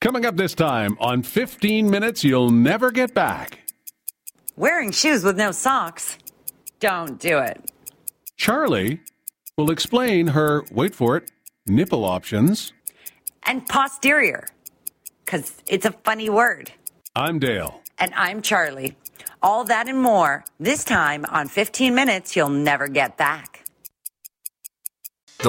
Coming up this time on 15 Minutes You'll Never Get Back. Wearing shoes with no socks? Don't do it. Charlie will explain her, wait for it, nipple options. And posterior, because it's a funny word. I'm Dale. And I'm Charlie. All that and more, this time on 15 Minutes You'll Never Get Back. The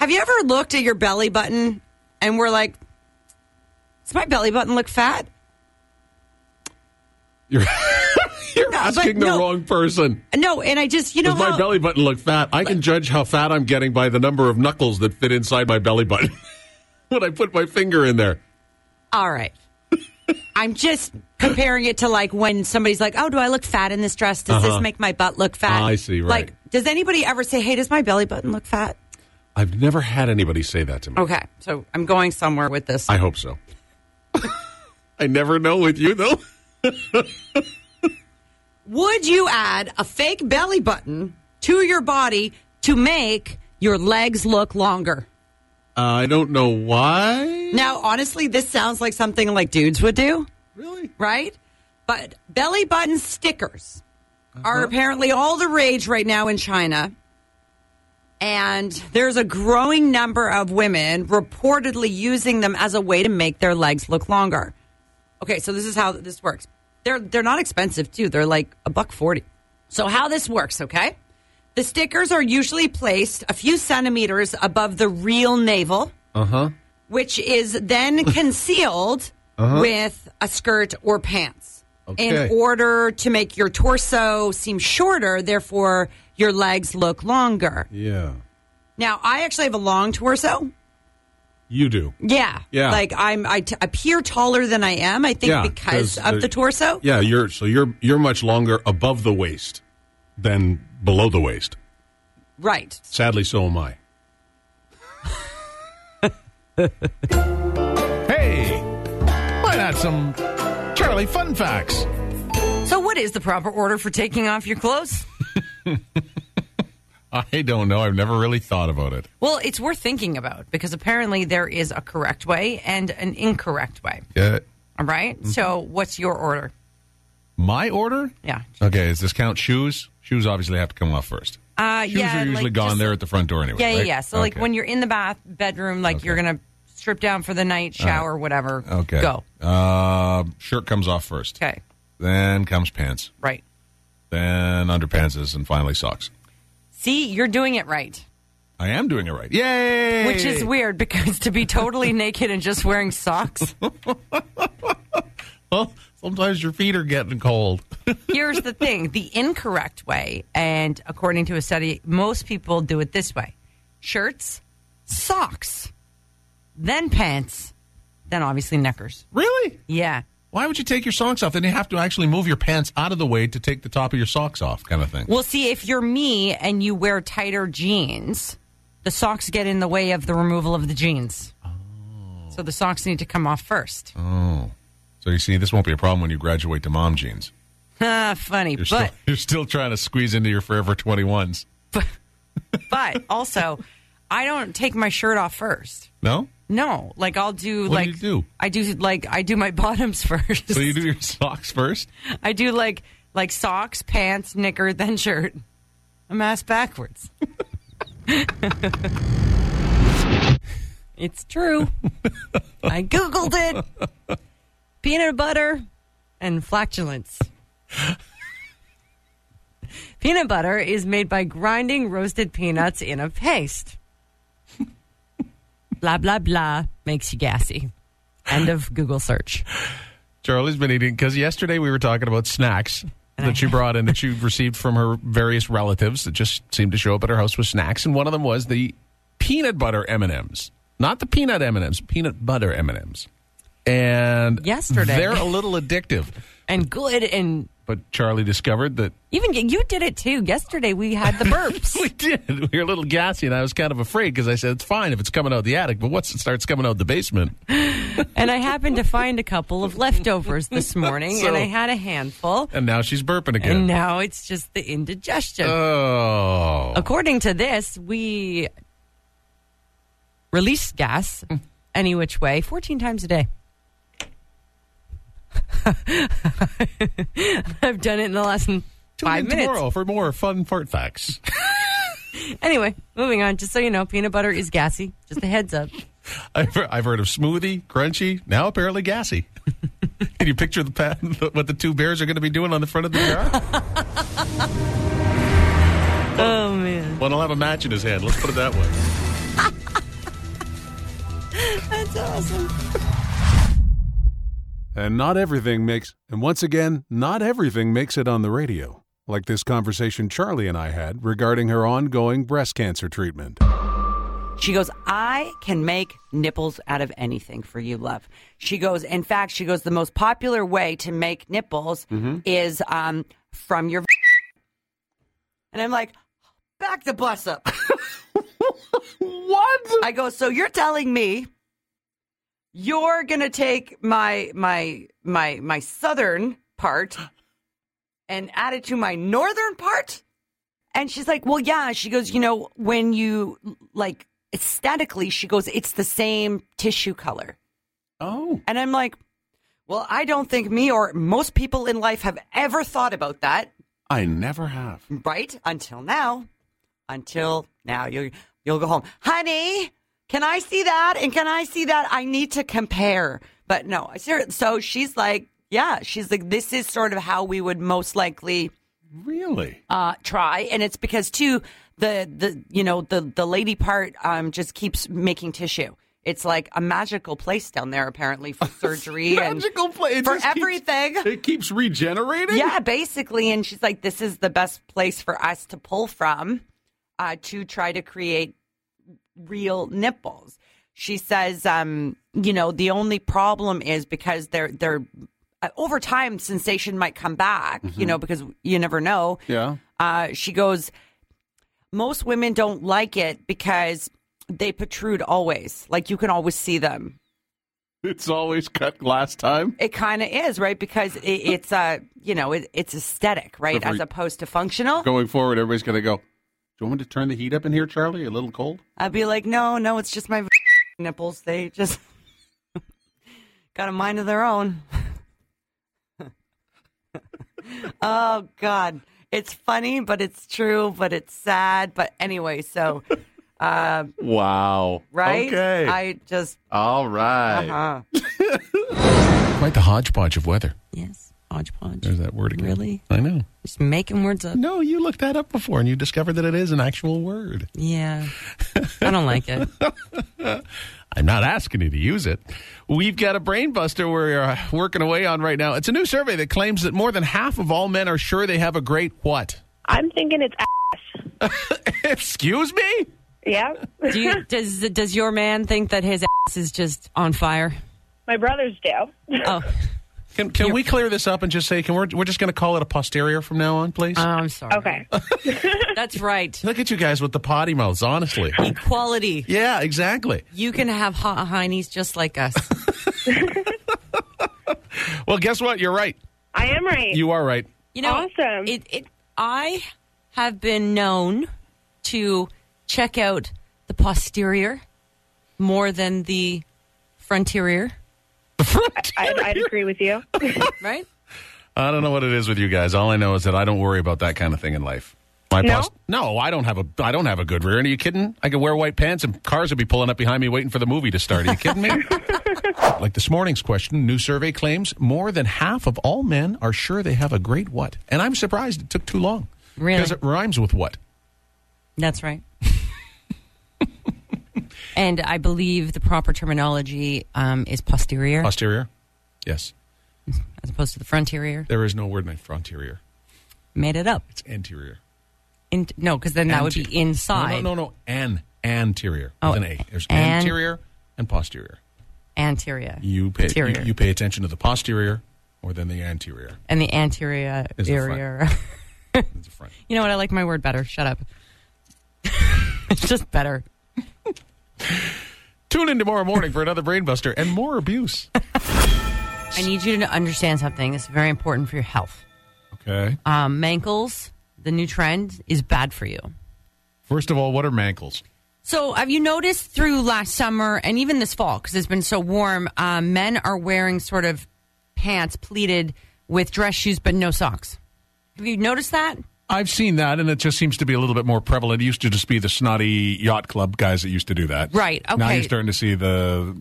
Have you ever looked at your belly button and were like, does my belly button look fat? You're, you're No, but asking the no. wrong person. No, and I just, you know Does my how- belly button look fat? I can judge how fat I'm getting by the number of knuckles that fit inside my belly button when I put my finger in there. All right. I'm just comparing it to like when somebody's like, oh, do I look fat in this dress? Does this make my butt look fat? Uh-huh. I see, right. Like, does anybody ever say, hey, does my belly button look fat? I've never had anybody say that to me. Okay, so I'm going somewhere with this. I hope so. I never know with you, though. Would you add a fake belly button to your body to make your legs look longer? Uh, I don't know why. Now, honestly, this sounds like something like dudes would do. Really? right? But belly button stickers are apparently all the rage right now in China. And there's a growing number of women reportedly using them as a way to make their legs look longer. Okay, so this is how this works. They're they're not expensive too. They're like a buck 40. So how this works, okay? The stickers are usually placed a few centimeters above the real navel which is then concealed with a skirt or pants Okay. in order to make your torso seem shorter, therefore, your legs look longer. Yeah. Now, I actually have a long torso. You do. Yeah. Yeah. Like I'm, I t- appear taller than I am, I think, Yeah, because 'cause of the- the torso. Yeah, you're so you're you're much longer above the waist than below the waist. Right. Sadly, so am I. Hey, why not some Charlie fun facts? So, what is the proper order for taking off your clothes? I don't know. I've never really thought about it. Well, it's worth thinking about because apparently there is a correct way and an incorrect way. Uh, All right? So, what's your order? my order? Yeah. Okay, does this count shoes? Shoes obviously have to come off first. Uh, shoes yeah, are usually like gone just- there at the front door anyway. Yeah, yeah, right? yeah. So, like Okay. when you're in the bath bedroom, like you're going to strip down for the night, shower, whatever. Okay. Go. Uh, shirt comes off first. Okay. Then comes pants. Right. Then underpants and finally socks. See, you're doing it right, I am doing it right. Yay! which is weird because to be totally naked and just wearing socks. Well, Oh, sometimes your feet are getting cold. Here's the thing the incorrect way, and according to a study, most people do it this way shirts, socks, then pants, then obviously knickers. really? Yeah. Why would you take your socks off? Then you have to actually move your pants out of the way to take the top of your socks off, kind of thing. Well, see, if you're me and you wear tighter jeans, the socks get in the way of the removal of the jeans. So the socks need to come off first. So you see, this won't be a problem when you graduate to mom jeans. Ah, funny. You're But, still you're still trying to squeeze into your forever twenty ones. but also, I don't take my shirt off first. No, No, like I'll do What do like you do? I do like I do my bottoms first. so you do your socks first. I do like like socks, pants, knicker, then shirt. I'm ass backwards. It's true. I Googled it. Peanut butter and flatulence. peanut butter is made by grinding roasted peanuts in a paste. blah, blah, blah makes you gassy. End of Google search. Charlie's been eating because yesterday we were talking about snacks that you brought in that you received from her various relatives that just seemed to show up at her house with snacks, and one of them was the peanut butter M and M's, not the peanut M and M's, peanut butter M and M's. And Yesterday. they're a little addictive. And good and But Charlie discovered that even you did it too. Yesterday we had the burps. we did. We were a little gassy, and I was kind of afraid because I said it's fine if it's coming out the attic, but once it starts coming out the basement, And I happened to find a couple of leftovers this morning, So- and I had a handful. and now she's burping again. And now it's just the indigestion. Uh. oh, According to this, we release gas Mm. any which way 14 times a day. I've done it in the last Tune five in minutes. tomorrow for more fun fart facts. Anyway, moving on. Just so you know, peanut butter is gassy. Just a heads up. I've, I've heard of smoothie, crunchy, now apparently gassy. Can you picture the pa- what the two bears are going to be doing on the front of the jar? Oh, man. One will have a match in his hand. Let's put it that way. That's awesome. And not everything makes, and once again, not everything makes it on the radio, like this conversation Charlie and I had regarding her ongoing breast cancer treatment. She goes, I can make nipples out of anything for you, love. She goes, in fact, she goes, the most popular way to make nipples is um, from your. And I'm like, back the bus up. what? I go, so you're telling me you're gonna take my my my my southern part and add it to my northern part? And she's like, well, yeah. She goes, you know, when you like aesthetically, she goes, it's the same tissue color. Oh. And I'm like, well, I don't think me or most people in life have ever thought about that, I never have. right? Until now. Until now. You'll, you'll go home. Honey, can I see that? And can I see that? I need to compare. But no, I ser- so she's like, yeah, she's like, this is sort of how we would most likely Really? uh, try, and it's because too the the you know the the lady part um, just keeps making tissue. It's like a magical place down there, apparently for surgery and Magical place. It for just keeps- everything. it keeps regenerating? yeah, basically, and she's like, "This is the best place for us to pull from uh, to try to create real nipples." She says, um, "You know, the only problem is because they're they're." Uh, over time, sensation might come back, you know, because you never know. Yeah. Uh, she goes, most women don't like it because they protrude always. Like you can always see them. It's always cut last time. It kind of is right because it, it's a you know it, it's aesthetic right So for- as opposed to functional. Going forward, everybody's going to go, Do you want me to turn the heat up in here, Charlie? A little cold? I'd be like, no, no, it's just my nipples. They just got a mind of their own. oh God, it's funny, but it's true, but it's sad. But anyway, so Wow. right? Okay. I just All right. uh, Uh-huh. Quite the hodgepodge of weather. Yes, hodgepodge. There's that word again. Really? I know. Just making words up. No, you looked that up before and you discovered that it is an actual word. Yeah, I don't like it. I'm not asking you to use it. We've got a brain buster we're uh, working away on right now. It's a new survey that claims that more than half of all men are sure they have a great what? I'm thinking it's ass. Excuse me? Yeah. Do you, does does your man think that his ass is just on fire? My brothers do. Oh, Can, can we clear this up and just say, can we're, we're just going to call it a posterior from now on, please? Oh, Uh, I'm sorry. Okay. That's right. Look at you guys with the potty mouths, honestly. Equality. yeah, exactly. You can have hot heinies just like us. Well, guess what? You're right. I am right. You are right. You know, Awesome. It, it, I have been known to check out the posterior more than the frontier, I, I'd agree with you. right? I don't know what it is with you guys. All I know is that I don't worry about that kind of thing in life. My No? boss. No, I don't have a. I don't have a good rear end. Are you kidding? I could wear white pants and cars would be pulling up behind me waiting for the movie to start. Are you kidding me? like this morning's question, new survey claims more than half of all men are sure they have a great what, and I'm surprised it took too long. Really? Because it rhymes with what? That's right. and I believe the proper terminology um, is posterior Posterior. Yes. as opposed to the frontier. There is no word like frontier. Made it up. It's anterior. In, no, because then that would Anterior. be inside. No, no, no, no. An anterior. Oh, with an A. There's an- anterior and posterior. Anterior. You pay you, Anterior. you pay attention to the posterior or then the anterior. and the anterior Is the front. area. It's the front. you know what? I like my word better. Shut up. it's just better. Tune in tomorrow morning for another brain buster and more abuse. I need you to understand something. It's very important for your health. Okay. Um, mankles, the new trend, is bad for you. First of all, what are mankles? So, have you noticed through last summer and even this fall, because it's been so warm, um, men are wearing sort of pants pleated with dress shoes but no socks? Have you noticed that? I've seen that, and it just seems to be a little bit more prevalent. It used to just be the snotty yacht club guys that used to do that. Right, Now okay. you're starting to see the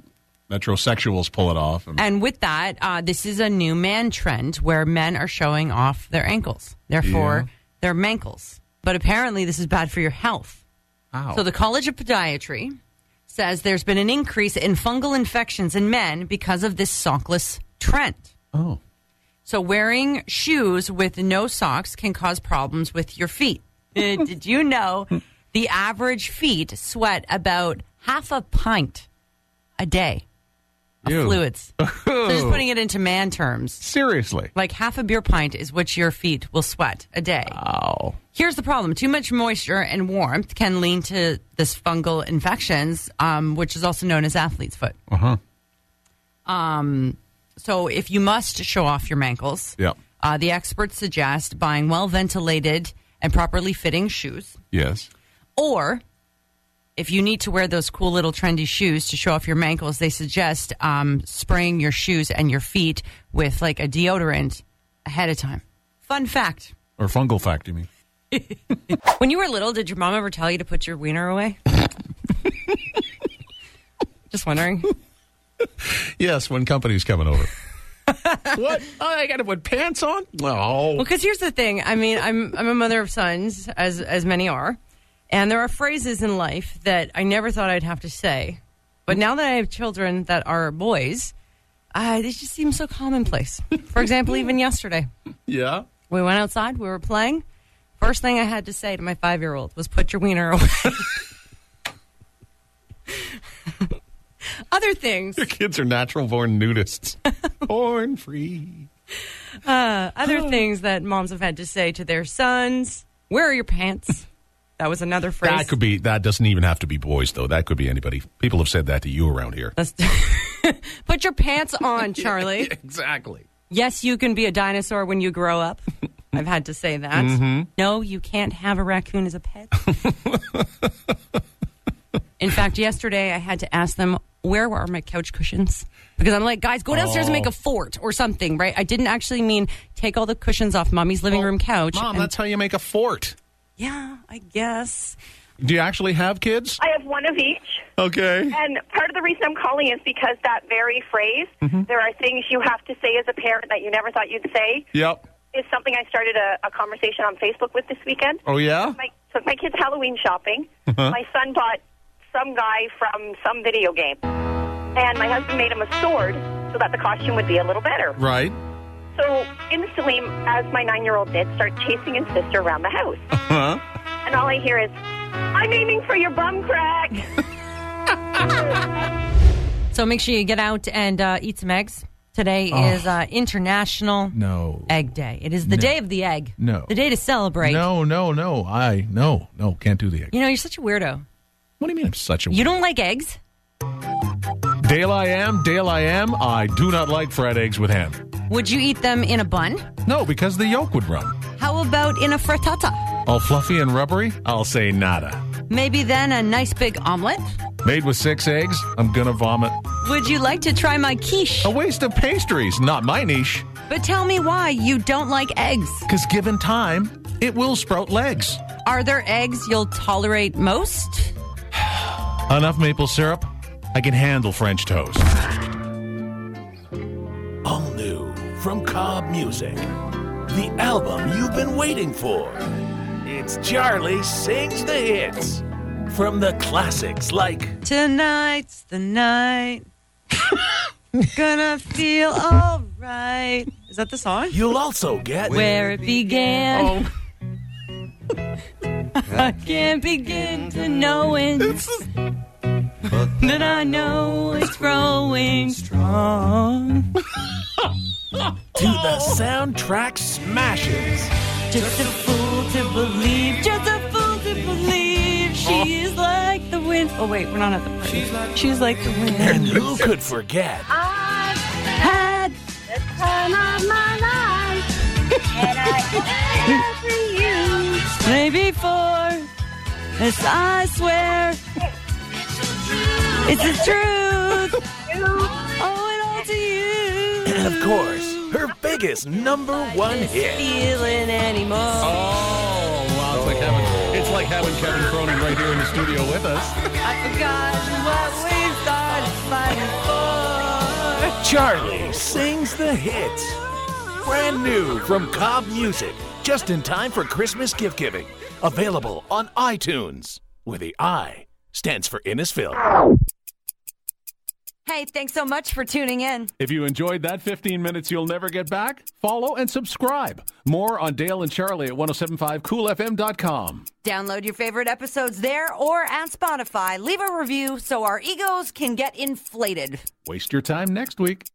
metrosexuals pull it off. and- And with that, uh, this is a new man trend where men are showing off their ankles. Therefore, they're mankles. But apparently, this is bad for your health. Ow. So the College of Podiatry says there's been an increase in fungal infections in men because of this sockless trend. oh. So wearing shoes with no socks can cause problems with your feet. Uh, Did you know the average feet sweat about half a pint a day of Ew. fluids? So just putting it into man terms. Seriously. Like half a beer pint is what your feet will sweat a day. Ow. Here's the problem too much moisture and warmth can lead to this fungal infections, um, which is also known as athlete's foot. Uh huh. Um, so if you must show off your mankles, Yep. uh, the experts suggest buying well ventilated and properly fitting shoes. Yes. Or if you need to wear those cool little trendy shoes to show off your mankles, they suggest um, spraying your shoes and your feet with like a deodorant ahead of time. Fun fact. Or fungal fact, you mean? When you were little, did your mom ever tell you to put your wiener away? Just wondering. Yes, when company's coming over. what? Oh, I got to put pants on? No. Well, because here's the thing. I mean, I'm I'm a mother of sons, as as many are, and there are phrases in life that I never thought I'd have to say, but now that I have children that are boys, uh, they just seem so commonplace. For example, even yesterday, Yeah. we went outside, we were playing. First thing I had to say to my five year old was, "Put your wiener away." Other things. Kids are natural born nudists. born free. other things that moms have had to say to their sons. Where are your pants? That was another phrase. That could be, that doesn't even have to be boys, though. That could be anybody. People have said that to you around here. That's- Put your pants on, Charlie. Exactly. Yes, you can be a dinosaur when you grow up. I've had to say that. Mm-hmm. No, you can't have a raccoon as a pet. In fact, yesterday I had to ask them, where are my couch cushions? Because I'm like, guys, go downstairs and Oh. make a fort or something, right? I didn't actually mean take all the cushions off mommy's living room couch. Mom, and- that's how you make a fort. yeah, I guess. Do you actually have kids? I have one of each. Okay. And part of the reason I'm calling is because that very phrase, Mm-hmm. there are things you have to say as a parent that you never thought you'd say, Yep. is something I started a, a conversation on Facebook with this weekend. Oh, Uh-huh. yeah? My, took my kids Halloween shopping. My son bought some guy from some video game. And my husband made him a sword so that the costume would be a little better. Right. So instantly, as my nine year old did, start chasing his sister around the house. Huh? And all I hear is, I'm aiming for your bum crack. So make sure you get out and uh, eat some eggs. Today Oh. is uh, International No. Egg Day. It is the day of the egg. No. The day to celebrate. No, no, no. I no, no. Can't do the egg. You know, you're such a weirdo. What do you mean? I'm such a. You don't like eggs? Dale I am, Dale I am. I do not like fried eggs with ham. Would you eat them in a bun? No, because the yolk would run. How about in a frittata? All fluffy and rubbery? I'll say nada. Maybe then a nice big omelet? Made with six eggs? I'm gonna vomit. Would you like to try my quiche? A Oh. waste of pastries, not my niche. But tell me why you don't like eggs. Because given time, it will sprout legs. Are there eggs you'll tolerate most? Enough maple syrup. I can handle French toast. All new from Cobb Music. The album you've been waiting for. It's Charlie Sings the Hits. From the classics like Tonight's the night. Gonna feel all right. Is that the song? You'll Also Get. Where it began. Oh. I can't begin to know it. That I know it's growing strong. To the soundtrack smashes. Just a fool to believe, just a fool to believe. She's like the wind. Oh, wait, we're not at the party. She's like, the wind. And who could forget? Had The time of my life. and I love you. day before. Yes, I swear. It's the truth. Owe it all to you. And of course, her biggest number one hit. Feeling anymore. Oh, wow. It's like having, it's like having Kevin Cronin right here in the studio with us. I forgot what we started fighting for. Charlie Sings the Hits. Brand new from Cobb Music. Just in time for Christmas gift giving. Available on iTunes, where the I stands for Innisfil. Hey, thanks so much for tuning in. If you enjoyed that 15 minutes you'll never get back, follow and subscribe. More on Dale and Charlie at 1075coolfm.com. Download your favorite episodes there or at Spotify. Leave a review so our egos can get inflated. Waste your time next week.